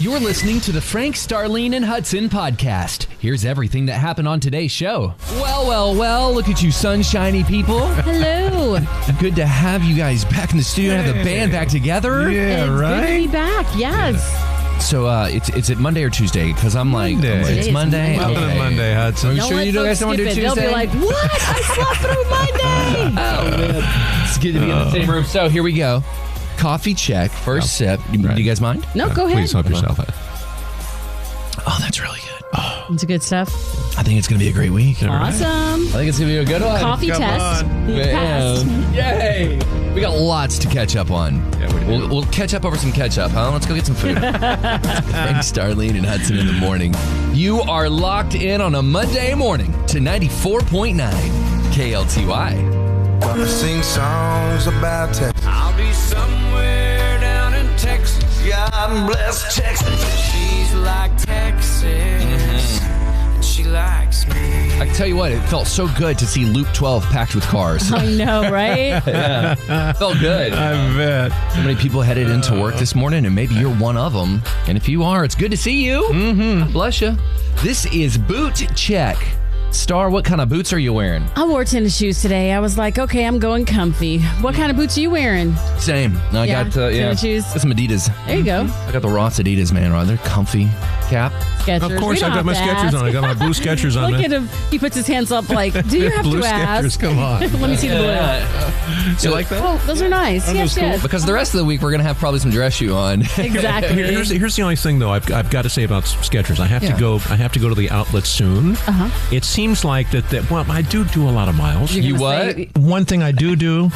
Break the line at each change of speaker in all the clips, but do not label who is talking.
You're listening to the Frank, Starlene, and Hudson podcast. Here's everything that happened on today's show. Well, well, well, look at you, sunshiny people.
Hello.
Good to have you guys back in the studio and have the band back together.
it's Good to be back. Yes.
So, uh, it's is it Monday or Tuesday? Because I'm like,
Monday.
I'm like,
Today
it's
is
Monday.
Monday.
Okay.
Monday, Hudson.
Are you sure
let
you don't
folks
guys don't want to do
skip it.
Tuesday?
They'll be like, "What? I slept through Monday."
it's good to be in the same room. So here we go. Coffee check. First sip. You-
Oh. right.
Do you guys mind?
no, go ahead.
Please help yourself.
Oh, that's really good. Oh,
It's good stuff.
I think it's gonna be a great week.
Awesome.
I think it's gonna be a good one.
Coffee
Come
test.
on.
You passed.
Man. Yay! We got lots to catch up on.
Yeah, we do.
will we'll catch up over some ketchup, huh? Let's go get some food. Thanks, Starlene and Hudson in the morning. You are locked in on a Monday morning to 94.9 KLTY.
Wanna sing songs about Texas. I'll be somewhere down in Texas. God bless Texas. She's like Texas. And she likes me.
I tell you what, it felt so good to see Loop 12 packed with cars.
I know, right?
felt good.
I bet.
So many people headed into work this morning, and maybe you're one of them. And if you are, it's good to see you. Mm-hmm. Bless you. This is Boot Check. Star, what kind of boots are you wearing?
I wore tennis shoes today. I was like, "Okay, I'm going comfy." What kind of boots are you wearing?
Same. I
Yeah,
got uh, yeah.
tennis shoes.
Got some Adidas.
There you go.
Mm-hmm.
I got the Ross Adidas, man. Right, they're comfy. Cap.
Skechers.
Of
We
course,
don't have
I've got my
to
Skechers
ask.
on. I got my blue Skechers on.
Look
man.
at him. He puts his hands up like, do you have
blue
to
Skechers,
ask?
come on.
Let me see the blue ass.
Do you like that?
Oh, those are nice. yes,
cool?
yes.
Because the rest of the week we're gonna have probably some dress shoe on.
Exactly.
Here- Here's, here's the only thing though I've, I've got to say about Skechers. I have
Yeah.
to go. I have to go to the outlet soon. Uh-huh. It seems like that. That well, I do do a lot of miles.
you
gonna
what?
say-
One thing I do do.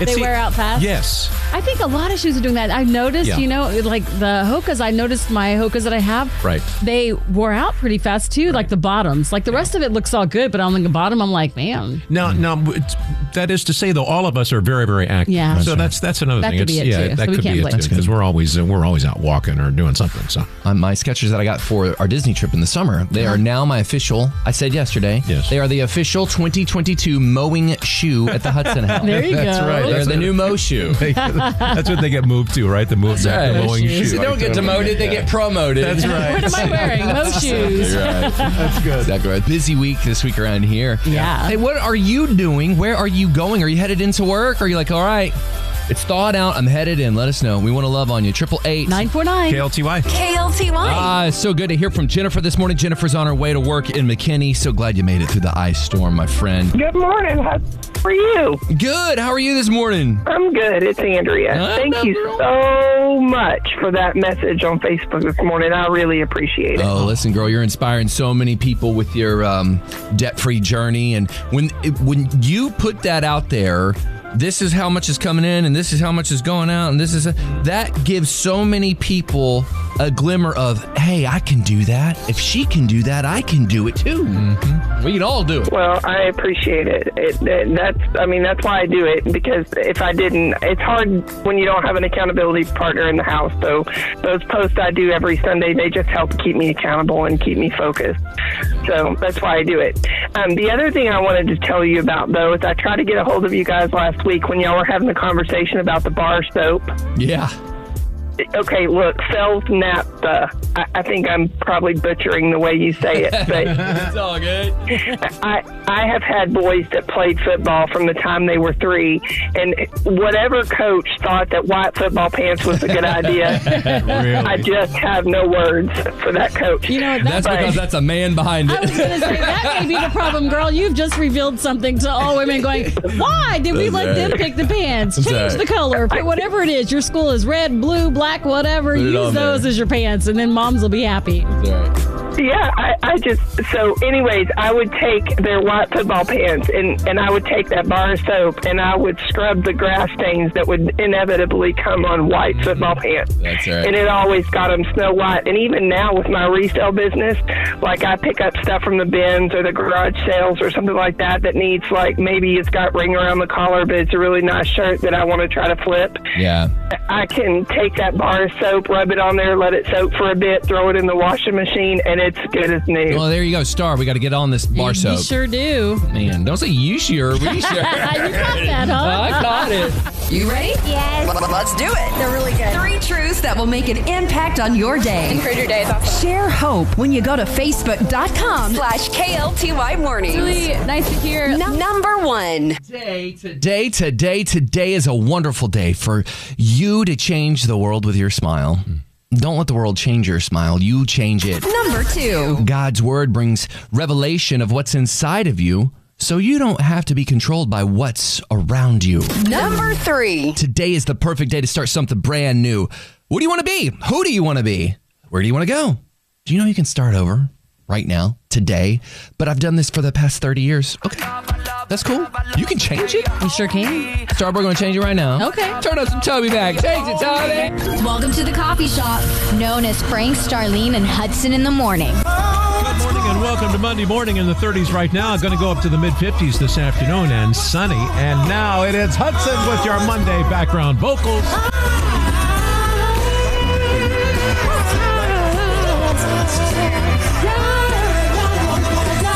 e
they wear out fast.
Yes.
I think a lot of shoes are doing that. I've noticed,
Yeah.
you know, like the Hokas, I noticed my Hokas that I have.
Right.
They wore out pretty fast too, like the bottoms. Like the rest of it looks all good, but on the bottom, I'm like, man.
Now, now it's- that is to say, though, all of us are very, very active.
Yeah. That's
So
right.
that's that's another
That
thing.
could be it,
yeah,
too.
that
So we
could
can't
be
blame
it too
them.
because we're always uh, we're always out walking or doing something. So
on Uh, my Skechers that I got for our Disney trip in the summer. They are now my official. I said yesterday.
Yes.
They are the official 2022 mowing shoe at the Hudson House.
There you
That's
go.
right.
They're
That's
the new mow shoe.
that's what they get moved to, right? The move,
right.
the mowing
Shoes.
shoe.
They don't get demoted, they get promoted.
That's right.
What am I wearing? Mo shoes.
That's good.
Exactly right. Busy week this week around here.
Yeah.
Hey, what are you doing? Where are you going? Are you headed into work? Are you like, all right, it's thawed out. I'm headed in. Let us know. We want to love on you. Triple eight.
949.
KLTY.
KLTY.
Ah, it's so good to hear from Jennifer this morning. Jennifer's on her way to work in McKinney. So glad you made it through the ice storm, my friend.
Good morning. How are you?
Good. How are you this morning?
I'm good. It's Andrea.
Hi,
Thank you so much for that message on Facebook this morning. I really appreciate it.
Oh, listen, girl, you're inspiring so many people with your um, debt-free journey. And when it- when you put that out there, this is how much is coming in, and this is how much is going out, and this is that gives so many people a glimmer of, hey, I can do that. If she can do that, I can do it too. We can Mm-hmm. all do it.
Well, I appreciate it. It, it. That's, I mean, that's why I do it because if I didn't, it's hard when you don't have an accountability partner in the house. So those posts I do every Sunday, they just help keep me accountable and keep me focused. So that's why I do it. Um, the other thing I wanted to tell you about though is I tried to get a hold of you guys last week when y'all were having the conversation about the bar soap.
Yeah.
okay, look, Fells Naphtha. I, I think I'm probably butchering the way you say it, but
It's all good.
I, I have had boys that played football from the time they were three, and whatever coach thought that white football pants was a good idea, I
Really?
just have no words for that coach.
You know,
That's
that's
because that's a man behind
I was
it.
going to say, that may be the problem, girl. You've just revealed something to all women going, why did we
That's
let
right.
them pick the pants? Change
That's
the
right.
color. Put whatever it is. Your school is red, blue, black, whatever.
Put it
Use
on
those
there.
as your pants, and then moms will be happy.
Yeah, I, I just so anyways, I would take their white football pants and and I would take that bar of soap and I would scrub the grass stains that would inevitably come on white football pants.
Mm-hmm. That's right.
And it always got them snow white. And even now with my resale business, like I pick up stuff from the bins or the garage sales or something like that that needs like maybe it's got ring around the collar, but it's a really nice shirt that I want to try to flip.
yeah.
I can take that bar of soap, rub it on there, let it soak for a bit, throw it in the washing machine, and it it's good as new.
Well, there you go, Star. We got to get on this bar
You
soap.
sure do.
Man, don't say you sure. We sure.
You got that, huh?
I got it.
You ready?
Yes.
Let's do it. They're really good. Three truths that will make an impact on your day.
Improve your days off.
Share hope when you go to facebook.com slash KLTY mornings.
nice to hear.
Num- Number one.
Today, today, today, today is a wonderful day for you to change the world with your smile. Don't let the world change your smile. You change it.
Number two.
God's word brings revelation of what's inside of you so you don't have to be controlled by what's around you.
Number three.
Today is the perfect day to start something brand new. What do you want to be? Who do you want to be? Where do you want to go? Do you know you can start over right now, today? But I've done this for the past 30 years. Okay. That's cool. You can change it.
You sure can.
Star, we're going to change it right now.
Okay.
Turn up some Toby back. Change it, Toby.
Welcome to the coffee shop, known as Frank, Starlene, and Hudson in the morning.
Good morning and welcome to Monday morning in the 30s right now. Going to go up to the mid 50s this afternoon and sunny. And now it is Hudson with your Monday background vocals.
You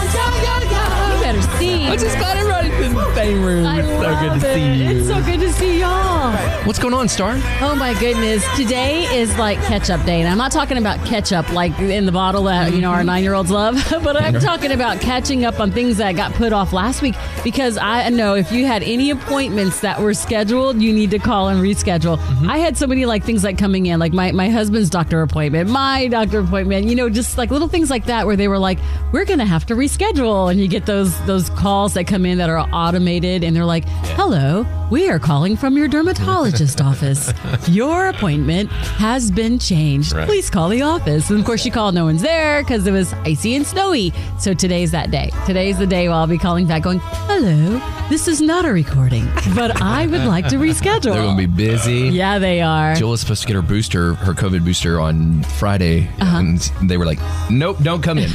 better see.
I just got it right in the same room.
I
it's so
love
good to
it.
see you.
It's so good to see y'all.
What's going on, Star?
Oh my goodness. Today is like ketchup day. And I'm not talking about ketchup like in the bottle that, you know,
Mm-hmm.
our nine year olds love, but I'm talking about catching up on things that got put off last week because I know if you had any appointments that were scheduled, you need to call and reschedule.
Mm-hmm.
I had so many like things like coming in, like my, my husband's doctor appointment, my doctor appointment, you know, just like little things like that where they were like, we're going to have to reschedule. And you get those, those calls that come in that are automated and they're like, hello, we are calling from your dermatologist office. Your appointment has been changed.
Right.
Please call the office. And of course, you call, no one's there because it was icy and snowy. So today's that day. Today's the day where I'll be calling back, going, hello, this is not a recording, but I would like to reschedule.
They're going to be busy.
yeah, they are.
Jill was supposed to get her booster, her COVID booster on Friday,
Uh-huh.
and they were like, nope, don't come in.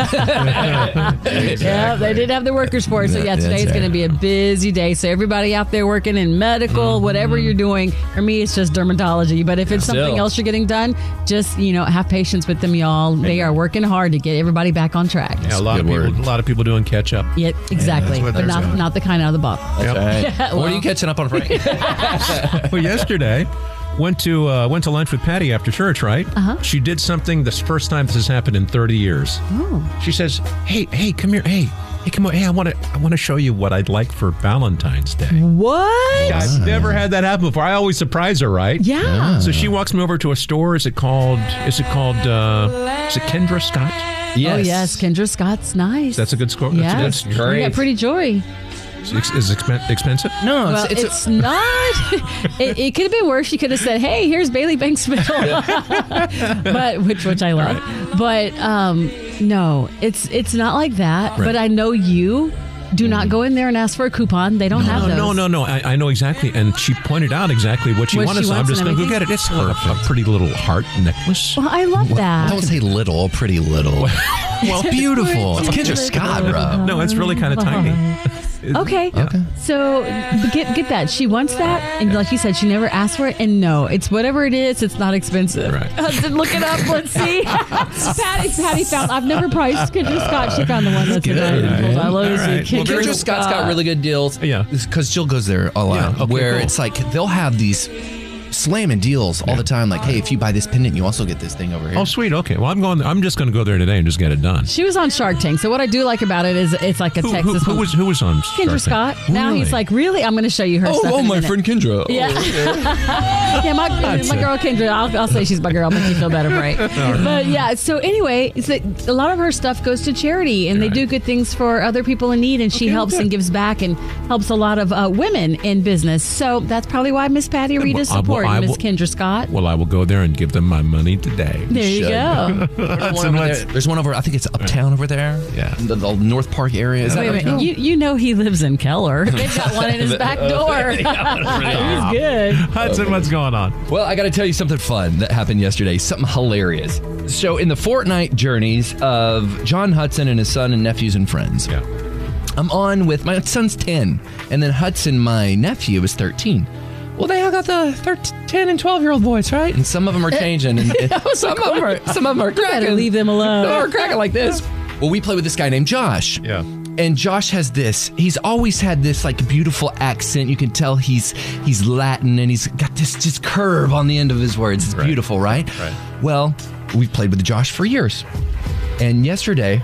Yeah, they did have the workers for it. So, yeah,
That's
today's
right.
going to be a busy day. So, everybody out there working in medical, whatever you're doing, for me, it's just dermatology. But if it's something
Still.
else you're getting done, just, you know, have patience with them, y'all. They are working hard to get everybody back on track.
Yeah, a lot of
Good
people,
word.
a lot of people doing catch up.
Yep, exactly.
what
but
they're
not,
doing.
not the kind out of the bottle.
Yep.
What are you catching up on, Frank?
Well, yesterday went to uh, went to lunch with Patty after church. Right? Uh-huh. She did something. This first time this has happened in 30 years. She says, "Hey, hey, come here. Hey, hey, come on. Hey, I want to I want to show you what I'd like for Valentine's Day."
What?
I've never had that happen before. I always surprise her, right?
Yeah.
So she walks me over to a store. Is it called? Is it called? Uh, is it Kendra Scott?
Oh, yes. Kendra Scott's nice.
That's a good score.
Yes.
That's, a good-
You got pretty joy.
It's ex- Is it expen- expensive?
No,
Well, it's,
it's, it's,
not. it it could have been worse. You could have said, "Hey, here's Bailey Banks Bill," but which which I love. But um, no, it's it's not like that. But I know you. Do not go in there and ask for a coupon. They don't have
No,
those.
no, no, no. I, I know exactly. And she pointed out exactly what she
What
wanted.
she
so I'm
wants
just
and
going to go
everything.
get it. It's a, a pretty little heart necklace.
Well, I love
I
that.
don't say little, pretty little.
Well,
It's beautiful. It's Kendra Scott, bro.
no, it's really kind of tiny.
Okay.
Okay.
So but get get that. She wants that, and like you said, she never asked for it. And no, it's whatever it is. It's not expensive.
Right.
Hudson, look it up. Let's see. Patty, Patty found. I've never priced Kendra Scott. She found the one that's
Good.
available. I love to see
Alright. Well,
Kendra Scott's got really good deals.
Yeah.
Because Jill goes there a lot.
Yeah, okay,
where
cool.
it's like they'll have these slamming deals all the time. Like, hey, if you buy this pendant, you also get this thing over here.
Oh, sweet. Okay. Well, I'm going. I'm just going to go there today and just get it done.
She was on Shark Tank. So what I do like about it is it's like a
Who, who,
Texas.
who
one.
was who was on Shark
Kendra
Tank?
Scott. Now he's
Really? Oh,
like, really? I'm going to show you her stuff. in a minute.
Kendra.
Yeah. yeah, my, my girl Kendra, I'll, I'll say she's my girl, make you feel better, right? But yeah, so anyway, it's that a lot of her stuff goes to charity and they do good things for other people in need and she helps and gives back and helps a lot of uh, women in business. So that's probably why Miss Patty Reed is
I will-
supporting
I
Miss
will-
Kendra Scott.
Well, I will go there and give them my money today.
There you
should.
go.
There's one, over there. There's one over, I think it's uptown over there.
Yeah.
The, the North Park area. Is that
Wait a minute.
uptown?
You, you know he lives in Keller. They've got one in his back door. He's good.
Hudson, what's going on?
Well, I got to tell you something fun that happened yesterday, something hilarious. So, in the fortnight journeys of John Hudson and his son and nephews and friends,
Yeah.
I'm on with my son's 10, and then Hudson, my nephew, is 13. well, they all got the 13, 10 and 12 year old voice, right? And some of them are
Eh,
changing. And some, of them are, some of them are cracking.
Better leave them alone.
Some are cracking like this. Well, we play with this guy named Josh.
Yeah.
And Josh has this. He's always had this like beautiful accent. You can tell he's he's Latin and he's got this just curve on the end of his words. It's
Right.
beautiful, right?
Right.
Well, we've played with Josh for years. And yesterday,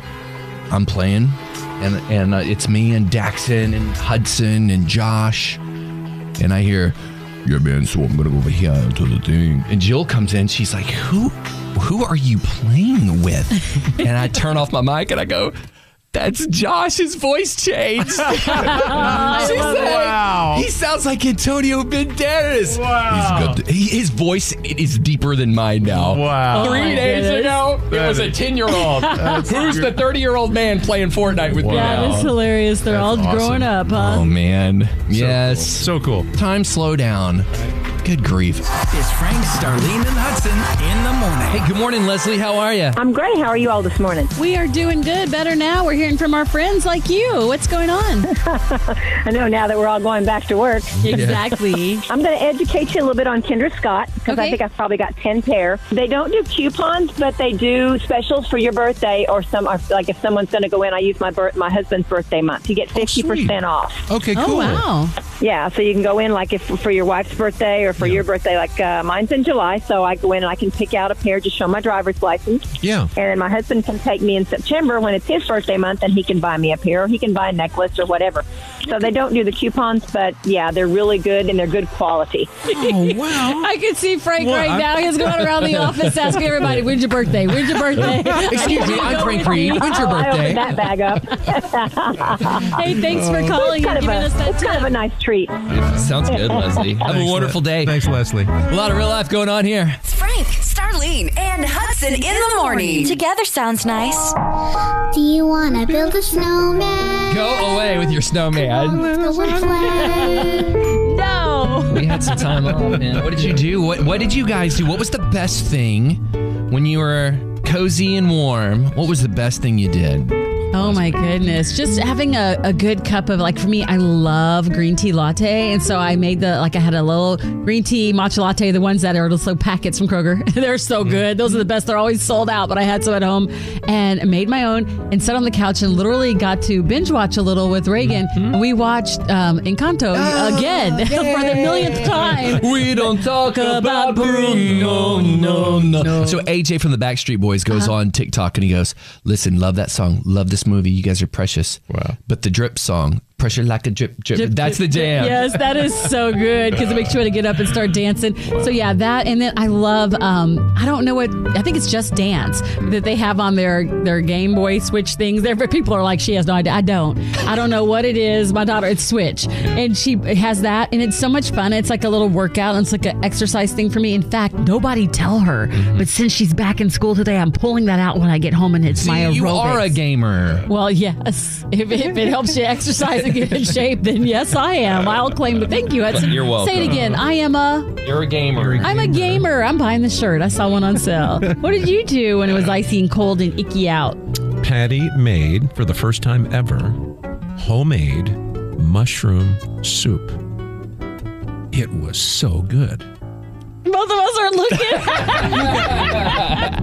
I'm playing, and and uh, it's me and Daxon and Hudson and Josh, and I hear, yeah, man. So I'm gonna go over here to the thing. And Jill comes in. She's like, who, who are you playing with? and I turn off my mic and I go. That's Josh's voice change. She's like,
Wow.
He sounds like Antonio Banderas.
Wow.
He's got the- he- his voice it is deeper than mine now.
Wow.
Oh
Three
my
days
goodness.
ago, it
That
was a
is-
10 year old. Who's the 30 year old man playing Fortnite with me
Yeah,
now?
that's hilarious. They're all
awesome.
grown up, huh?
Oh, man. Yes.
So cool.
Time slow down. Good grief.
It's Frank, Starlene, and Hudson in the morning.
Hey, good morning, Leslie. How are you?
I'm great. How are you all this morning?
We are doing good, better now. We're hearing from our friends like you. What's going on?
I know now that we're all going back to work.
exactly.
I'm going to educate you a little bit on Kinder Scott because
Okay.
I think I've probably got 10 pair. They don't do coupons, but they do specials for your birthday or some are like if someone's going to go in, I use my birth, my husband's birthday month. You get 50% off.
Okay,
Oh,
cool.
wow.
Yeah, so you can go in like if for your wife's birthday or for your birthday like uh, mine's in July, so I go in and I can pick out a pair just show my driver's license.
Oh.
Yeah.
And then my husband can take me in September when it's his birthday month and he can buy me a pair or he can buy a necklace or whatever. So they don't do the coupons, but yeah, they're really good and they're good quality.
Oh, wow.
I can see Frank
Well,
right
I'm-
now. He's going around the office asking everybody, when's your birthday? When's your birthday?
Excuse me, I'm Frank Reed. When's your
Oh, I
birthday?
opened that bag up.
Hey, thanks
Uh,
for calling and
kind, of
giving us
a,
that
it's kind of
tip.
a nice treat.
Sounds good, Leslie. uh, Have a
Thanks,
wonderful
Le-
day.
Thanks, Leslie.
A lot of real life going on here.
It's Frank, Starlene, and Hudson in the morning.
Together sounds nice.
Do you wanna build a snowman?
Go away with your snowman.
Go and play.
No.
We had some time off, man. What did you do? What, what did you guys do? What was the best thing when you were cozy and warm? What was the best thing you did?
Oh my goodness. Just having a, a good cup of, like, for me, I love green tea latte. And so I made the, like, I had a little green tea matcha latte, the ones that are little packets from Kroger. They're so good. Those are the best. They're always sold out, but I had some at home and made my own and sat on the couch and literally got to binge watch a little with Reagan. We watched um, Encanto again for the millionth time.
We don't talk
about Bruno,
no, no. So AJ from the Backstreet Boys goes
Uh-huh.
on TikTok and he goes, "Listen, love that song, love this movie. You guys are precious." Wow. But the drip song, "Pressure Like a Drip Drip,",
Dip,
that's
dip,
the
dip.
jam.
Yes, that is so good because it makes you want to get up and start dancing. So yeah, that and then I love. Um, I don't know what I think it's just dance that they have on their their Game Boy Switch things. There, but people are like, she has no idea. I don't. I don't know what it is. My daughter, it's Switch, and she has that, and it's so much fun. It's like a little workout. And it's like an exercise thing for me. In fact, nobody tell her,
Mm-hmm.
but since she's back in school today, I'm pulling that out when I get home, and it's
See,
my aerobics.
you are a gamer.
Well, yes. If, if it helps you exercise and get in shape, then yes, I am. I'll claim it. Thank you. Hudson.
You're welcome.
Say it again. I am a.
You're a gamer.
I'm a gamer. I'm buying the shirt. I saw one on sale. what did you do when it was icy and cold and icky out?
Patty made for the first time ever homemade mushroom soup. It was so good.
Both of us are looking.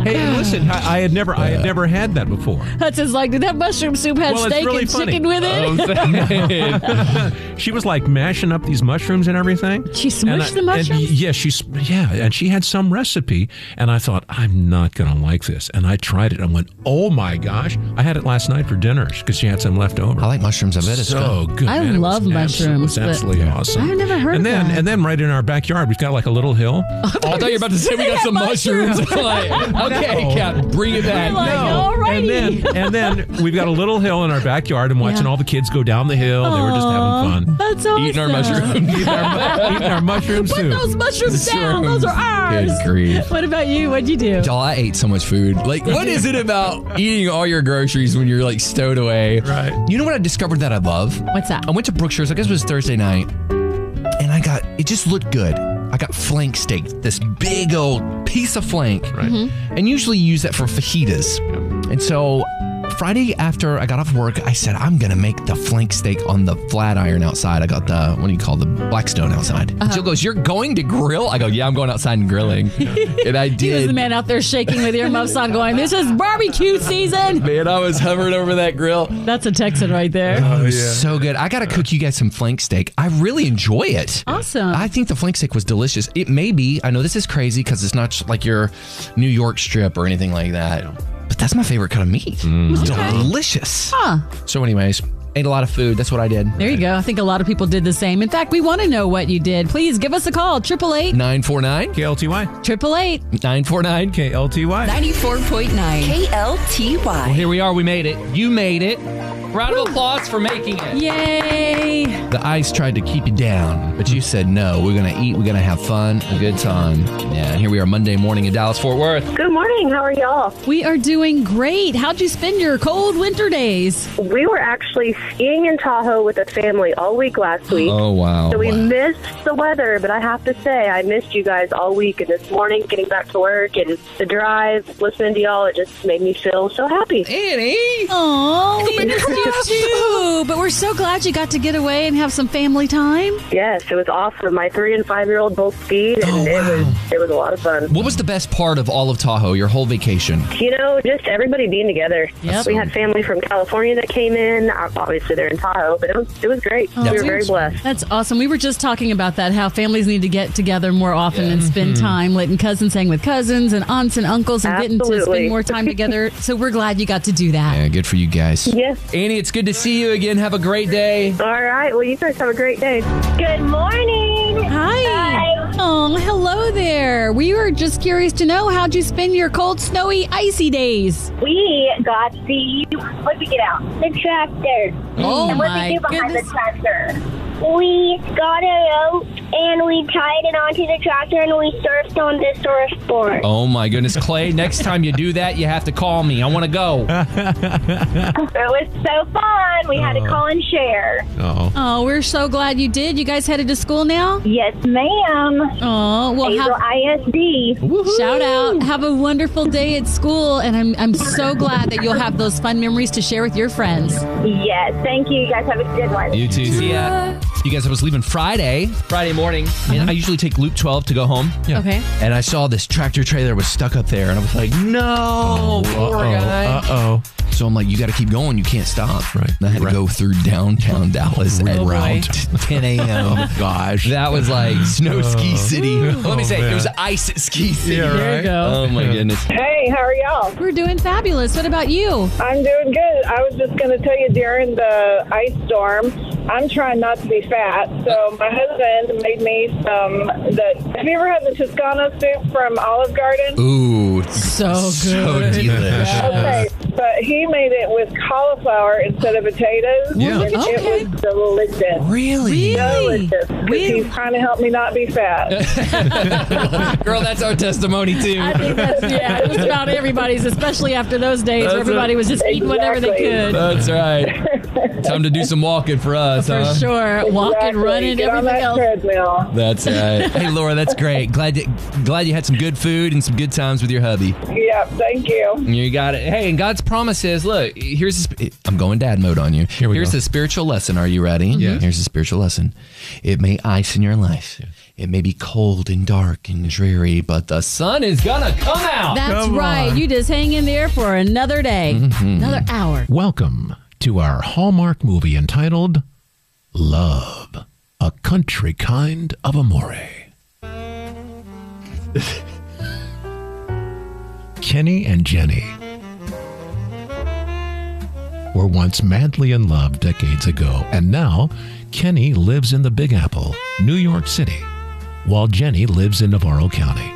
Hey, listen, I, I had never, I had never had that before.
Hudson's like, did that mushroom soup have
Well, it's
steak
really
and
funny.
chicken with it?
She was like mashing up these mushrooms and everything.
She smushed
And I-
the mushrooms?
And yeah, she s- yeah, and she had some recipe, and I thought I'm not gonna like this, and I tried it and went, oh my gosh! I had it last night for dinner because she had some left over.
I like mushrooms. I bet it's
so good.
I
man. It
love
was abso-
mushrooms,
It was
but
absolutely awesome.
I've never heard
And
of
then,
that.
and then, right in our backyard, we've got like a little hill.
I thought you were about to say we got some mushrooms. Like, okay,
Oh, No.
Cap, bring it back.
Like, alrighty.
And then, and then we've got a little hill in our backyard, and watching
Yeah.
all the kids go down the hill. They were just having fun.
That's awesome.
Eating our mushrooms.
eating, our, eating our mushroom
Put
soup.
those mushrooms down. Those are ours.
Good grief.
What about you? What'd you do?
Y'all, I ate so much food. Like, what is it about eating all your groceries when you're like stowed away?
Right.
You know what I discovered that I love?
What's that?
I went to Brookshire's, I guess it was Thursday night, and I got it just looked good. I got flank steak, this big old piece of flank.
Right.
Mm-hmm.
And usually you use that for fajitas. And so Friday after I got off work, I said, I'm gonna make the flank steak on the flat iron outside. I got the what do you call the Blackstone outside.
Uh-huh.
Jill goes, You're going to grill? I go, Yeah, I'm going outside and grilling. and I
He was the
did.
man out there shaking with earmuffs on, going, "This is barbecue season."
Man, I was hovering over that grill.
That's a Texan right there.
Oh, so good. I got to cook you guys some flank steak. I really enjoy it.
Awesome.
I think the flank steak was delicious. It may be, I know this is crazy because it's not like your New York strip or anything like that, but that's my favorite kind of meat. Delicious.
Huh.
So, anyways, ate a lot of food. That's what I did.
There you go. I think a lot of people did the same. In fact, we want to know what you did. Please give us a call. Triple eight.
949
KLTY.
Triple eight.
949
KLTY.
94.9
Well,
KLTY.
here we are. We made it. You made it. Round of applause for making it.
Yay!
The ice tried to keep you down, but you said no. We're going to eat. We're going to have fun. A good time. Yeah, and here we are Monday morning in Dallas, Fort Worth.
Good morning. How are y'all?
We are doing great. How'd you spend your cold winter days?
We were actually skiing in Tahoe with a family all week last week.
Oh, wow.
So we
Wow.
missed the weather, but I have to say I missed you guys all week. And this morning, getting back to work and the drive, listening to y'all, it just made me feel so happy.
Annie.
Oh, we missed you too. But we're so glad you got to get away and have some family time.
Yes, it was awesome. My three and five year old both skied, and
Oh,
it was it was a lot of fun.
What was the best part of all of Tahoe, your whole vacation?
You know, just everybody being together.
Yep.
We had family from California that came in. Uh, Obviously, they're in Tahoe, but it was it was great. we were very blessed.
That's awesome. We were just talking about that how families need to get together more often and spend
Mm-hmm.
time, letting cousins hang with cousins and aunts and uncles and getting to spend
Absolutely.
more time together. so we're glad you got to do that.
Yeah, good for you guys.
Yes.
Annie, it's good to see you again. Have a great day.
All right. Well, you guys have a great day. Good morning.
Hi. Oh, hello there. We were just curious to know how'd you spend your cold, snowy, icy days?
We got the what did we get out? The tractor.
Oh,
and what did
my
we do behind
goodness.
the tractor? We got a rope and we tied it onto the tractor and we surfed on the surfboard.
Oh, my goodness. Clay, next time you do that, you have to call me. I want to go.
It was so fun. We
Oh.
had to call and share.
Oh.
Oh, we're so glad you did. You guys headed to school now?
Yes, ma'am.
Oh, well,
Hazel ISD.
Shout out. Have a wonderful day at school. And I'm, I'm so glad that you'll have those fun memories to share with your friends.
Yes, thank you. You guys have a good one.
You too. See ya. You guys, I was leaving Friday, Friday morning, and I usually take Loop 12 to go home.
Okay.
And I saw this tractor trailer was stuck up there, and I was like, no, poor guy.
oh.
So I'm like, you got to keep going. You can't stop. Right. And I had to go through downtown Dallas at
Oh, boy.
around 10 a.m.
Oh,
gosh. That was like snow ski
Oh.
city. Let
Oh,
me say,
man.
it was ice at ski city.
Yeah, There you right. go.
Oh, my goodness.
Hey, how are y'all?
We're doing fabulous. What about you?
I'm doing good. I was just going to tell you during the ice storm, I'm trying not to be fat. So my husband made me some. The, have you ever had the Toscano soup from Olive Garden?
Ooh.
So good.
So delicious.
Oh,
Okay, but he made it with cauliflower instead of potatoes.
Yeah.
And
Okay.
It was delicious.
Really?
Delicious. 'Cause He's trying to help me not be fat.
Girl, that's our testimony, too.
I think that's, yeah, just about everybody's, especially after those days
That's
where everybody
it.
was just eating whatever they could.
That's right. Time to do some walking for us,
For
huh?
sure. Walking,
Exactly.
running,
Get on
everything
that
else.
treadmill.
That's right. hey, Laura, that's great. Glad you, glad you had some good food and some good times with your hubby.
Yep, thank you.
You got it. Hey, and God's promise is, look, here's a sp- I'm going dad mode on you. Here we here's
go.
a spiritual lesson. Are you ready? Yeah. Here's a spiritual lesson. It may ice in your life. It may be cold and dark and dreary, but the sun is gonna come out.
That's right. You just hang in there for another day, another hour.
Welcome to our Hallmark movie entitled Love, a Country Kind of Amore. Kenny and Jenny were once madly in love decades ago, and now Kenny lives in the Big Apple, New York City, while Jenny lives in Navarro County.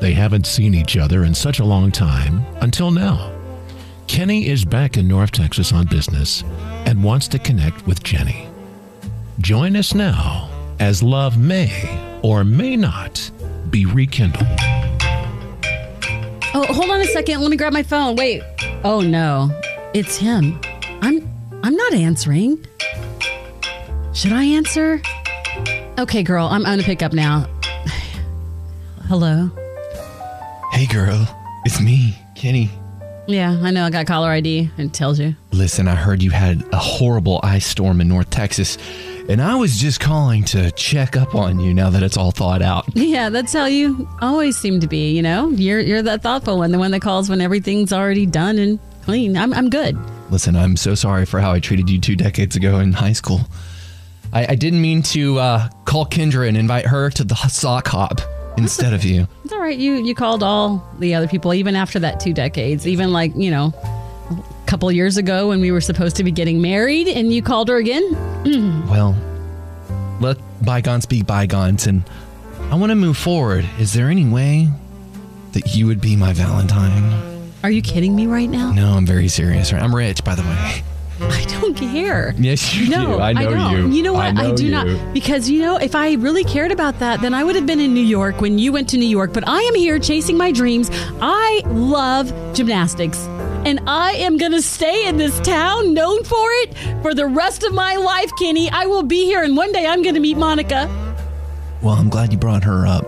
They haven't seen each other in such a long time until now. Kenny is back in North Texas on business and wants to connect with Jenny. Join us now as love may or may not be rekindled.
Oh, hold on a second. Let me grab my phone. Wait. Oh no, it's him. I'm I'm not answering. Should I answer? Okay, girl, I'm gonna pick up now. Hello.
Hey, girl, it's me, Kenny.
Yeah, I know. I got caller ID. It tells you.
Listen, I heard you had a horrible ice storm in North Texas, and I was just calling to check up on you now that it's all thawed out.
Yeah, that's how you always seem to be. You know, you're you're that thoughtful one, the one that calls when everything's already done and clean. I'm I'm good.
Listen, I'm so sorry for how I treated you two decades ago in high school. I, I didn't mean to uh, call Kendra and invite her to the sock hop instead of you.
It's all right. You you called all the other people, even after that two decades, even like you know, a couple years ago when we were supposed to be getting married, and you called her again.
Well, let bygones be bygones, and I want to move forward. Is there any way that you would be my Valentine?
Are you kidding me right now?
No, I'm very serious. Right? I'm rich, by the way.
I don't care.
Yes, you
no,
do. I know
don't.
you.
know what? I,
know
do
you.
not because you know if I really cared about that, then I would have been in New York when you went to New York. But I am here chasing my dreams. I love gymnastics, and I am gonna stay in this town known for it for the rest of my life, Kenny. I will be here, and one day I'm gonna meet Monica.
Well, I'm glad you brought her up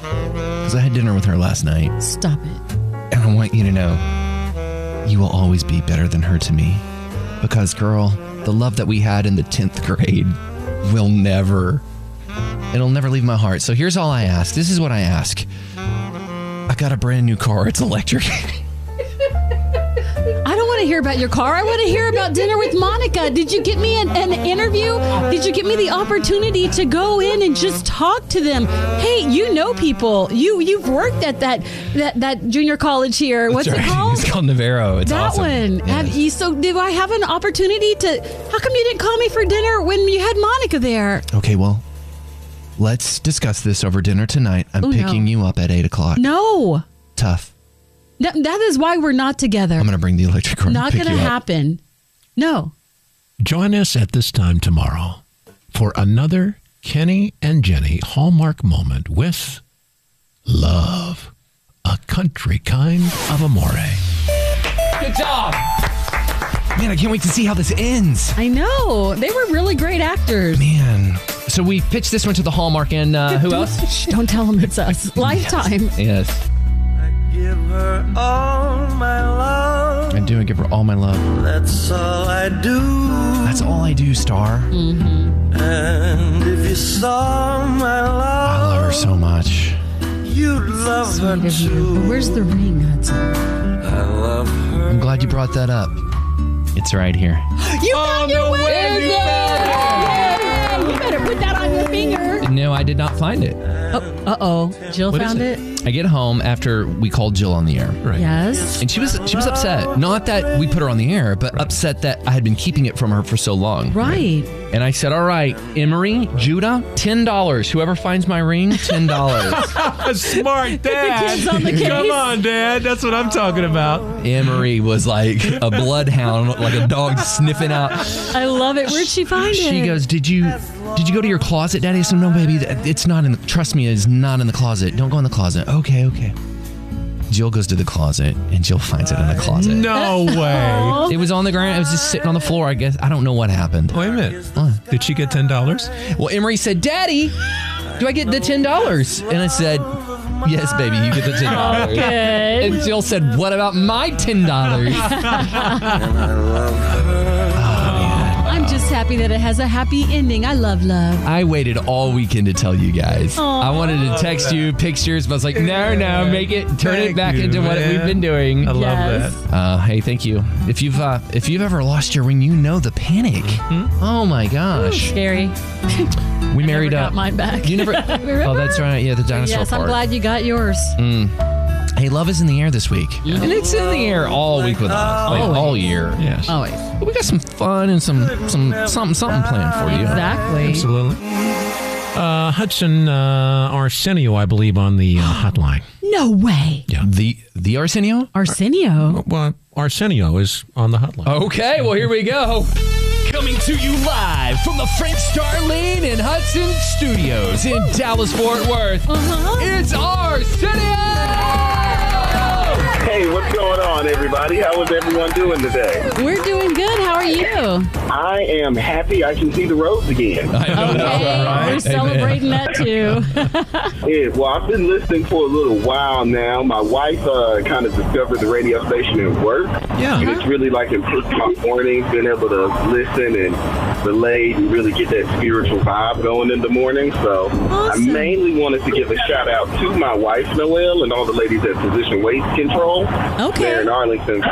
because I had dinner with her last night.
Stop it.
And I want you to know you will always be better than her to me. Because, girl, the love that we had in the 10th grade will never, it'll never leave my heart. So here's all I ask this is what I ask I got a brand new car, it's electric.
I don't want to hear about your car. I want to hear about dinner with Monica. Did you get me an, an interview? Did you get me the opportunity to go in and just talk to them? Hey, you know people. You you've worked at that that, that junior college here. What's
That's
it
right.
called?
It's called Navarro. It's
that
awesome.
one. Have you, so do I have an opportunity to? How come you didn't call me for dinner when you had Monica there?
Okay, well, let's discuss this over dinner tonight. I'm
Oh, no.
picking you up at 8 o'clock.
No,
Tough.
That- that is why we're not together.
I'm going to bring the electric car. and
not
pick
gonna
you up.
happen. No.
Join us at this time tomorrow for another Kenny and Jenny Hallmark moment with Love, a country kind of amore.
Good job. Man, I can't wait to see how this ends.
I know. They were really great actors.
Man. So we pitched this one to the Hallmark and uh, who else?
Shh, don't tell them it's us. Lifetime.
Yes.
Give her all my love.
I do. I give her all my love.
That's all I do.
That's all I do, Star.
Mm-hmm. And if you saw my love,
I love her so much.
you'd love her too.
Where's the ring, Hudson?
I love her.
I'm glad you brought that up. It's right here.
You found your way. Yay! You better put that on your finger.
No, I did not find it.
Oh, uh oh. Jill
What is
found it?
it? I get home after we called Jill on the air. Right.
Yes.
And she was she was upset. Not that we put her on the air, but upset that I had been keeping it from her for so long.
Right.
And I said, "All right, Emery, Judah, ten dollars. Whoever finds my ring, ten dollars."
Smart
kids on the
Come
case.
on, Dad. That's what I'm talking about.
Emery was like a bloodhound, like a dog sniffing out.
I love it. Where'd she find it?
She goes, "Did you did you go to your closet, Daddy?" I said, "No, baby, that- it's not in. The, trust me, it's not in the closet. Don't go in the closet." Okay, okay. Jill goes to the closet, and Jill finds it in the closet.
No
Oh,
way.
It was on the ground. It was just sitting on the floor. I guess I don't know what happened.
Wait a minute. Did she get ten dollars?
Well, Emery said, "Daddy, do I get the ten dollars?" And I said, "Yes, baby, you get the ten dollars."
Okay.
And Jill said, "What about my ten dollars?"
I'm just happy that it has a happy ending. I love love.
I waited all weekend to tell you guys.
Aw.
I wanted to text you pictures, but I was like, no, no, make it, turn it
Thank
back
you,
into what
man.
we've been doing.
I
Yes.
love
Uh, hey, thank you. If you've uh, if you've ever lost your ring, you know the panic.
Mm-hmm.
Oh my gosh,
Scary.
we married
Got
up.
mine back.
You never. oh, that's right. Yeah, the dinosaur
Yes, I'm
part.
glad you got yours.
Mm. Hey, love is in the air this week, and it's in the air all week with us, like all year.
that. Yes.
Always.
But we got some fun and some some something something planned for you.
Exactly.
Absolutely. Uh, Hudson uh, Arsenio, I believe, on the uh, hotline.
No way.
The the Arsenio.
Arsenio.
Well, Arsenio is on the hotline.
Okay, well, here we go. Coming to you live from the French Starlene and Hudson Studios in Dallas, Fort Worth.
Uh-huh.
It's our city.
Hey, what's going on? on, everybody? How is everyone doing today?
We're doing good. How are you?
I am happy I can see the roads again.
okay, we're celebrating that too.
Yeah, well, I've been listening for a little while now. My wife uh, kind of discovered the radio station at work.
Yeah.
And it's really like improved my morning, being able to listen and relate and really get that spiritual vibe going in the morning. So I mainly wanted to give a shout out to my wife, Noelle, and all the ladies at Physician Weight Control.
Okay.
There in Arlington,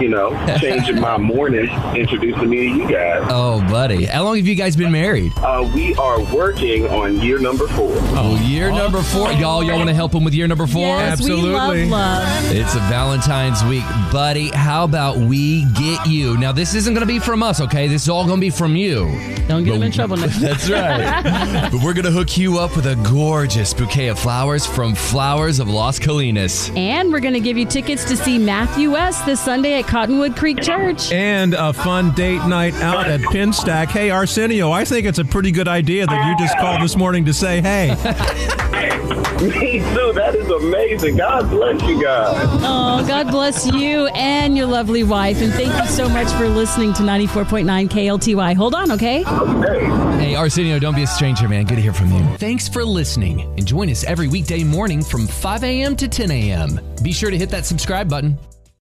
you know, changing my morning, introducing me to you guys.
Oh, buddy. How long have you guys been married?
Uh, we are working on year number four.
Oh, year number four. Y'all, y'all want to help him with year number four?
Yes, we love Absolutely. love.
It's a Valentine's week, buddy. How about we get you? Now, this isn't going to be from us, okay? This is all going to be from you. Don't get him in trouble. Oh. That's right. but we're going to hook you up with a gorgeous bouquet of flowers from Flowers of Las Colinas.
and we're going to give you tickets to see Matthew West this Sunday at Cottonwood Creek Church.
And a fun date night out at Pinstack. Hey, Arsenio, I think it's a pretty good idea that you just called this morning to say, hey.
Me too. That is amazing. God bless you guys.
Oh, God bless you and your lovely wife. And thank you so much for listening to 94.9 KLTY. Hold on, okay?
Hey, Arsenio, don't be a stranger, man. Good to hear from you. Thanks for listening. And join us every weekday morning from 5 a.m. to 10 a.m. Be sure to hit that subscribe button.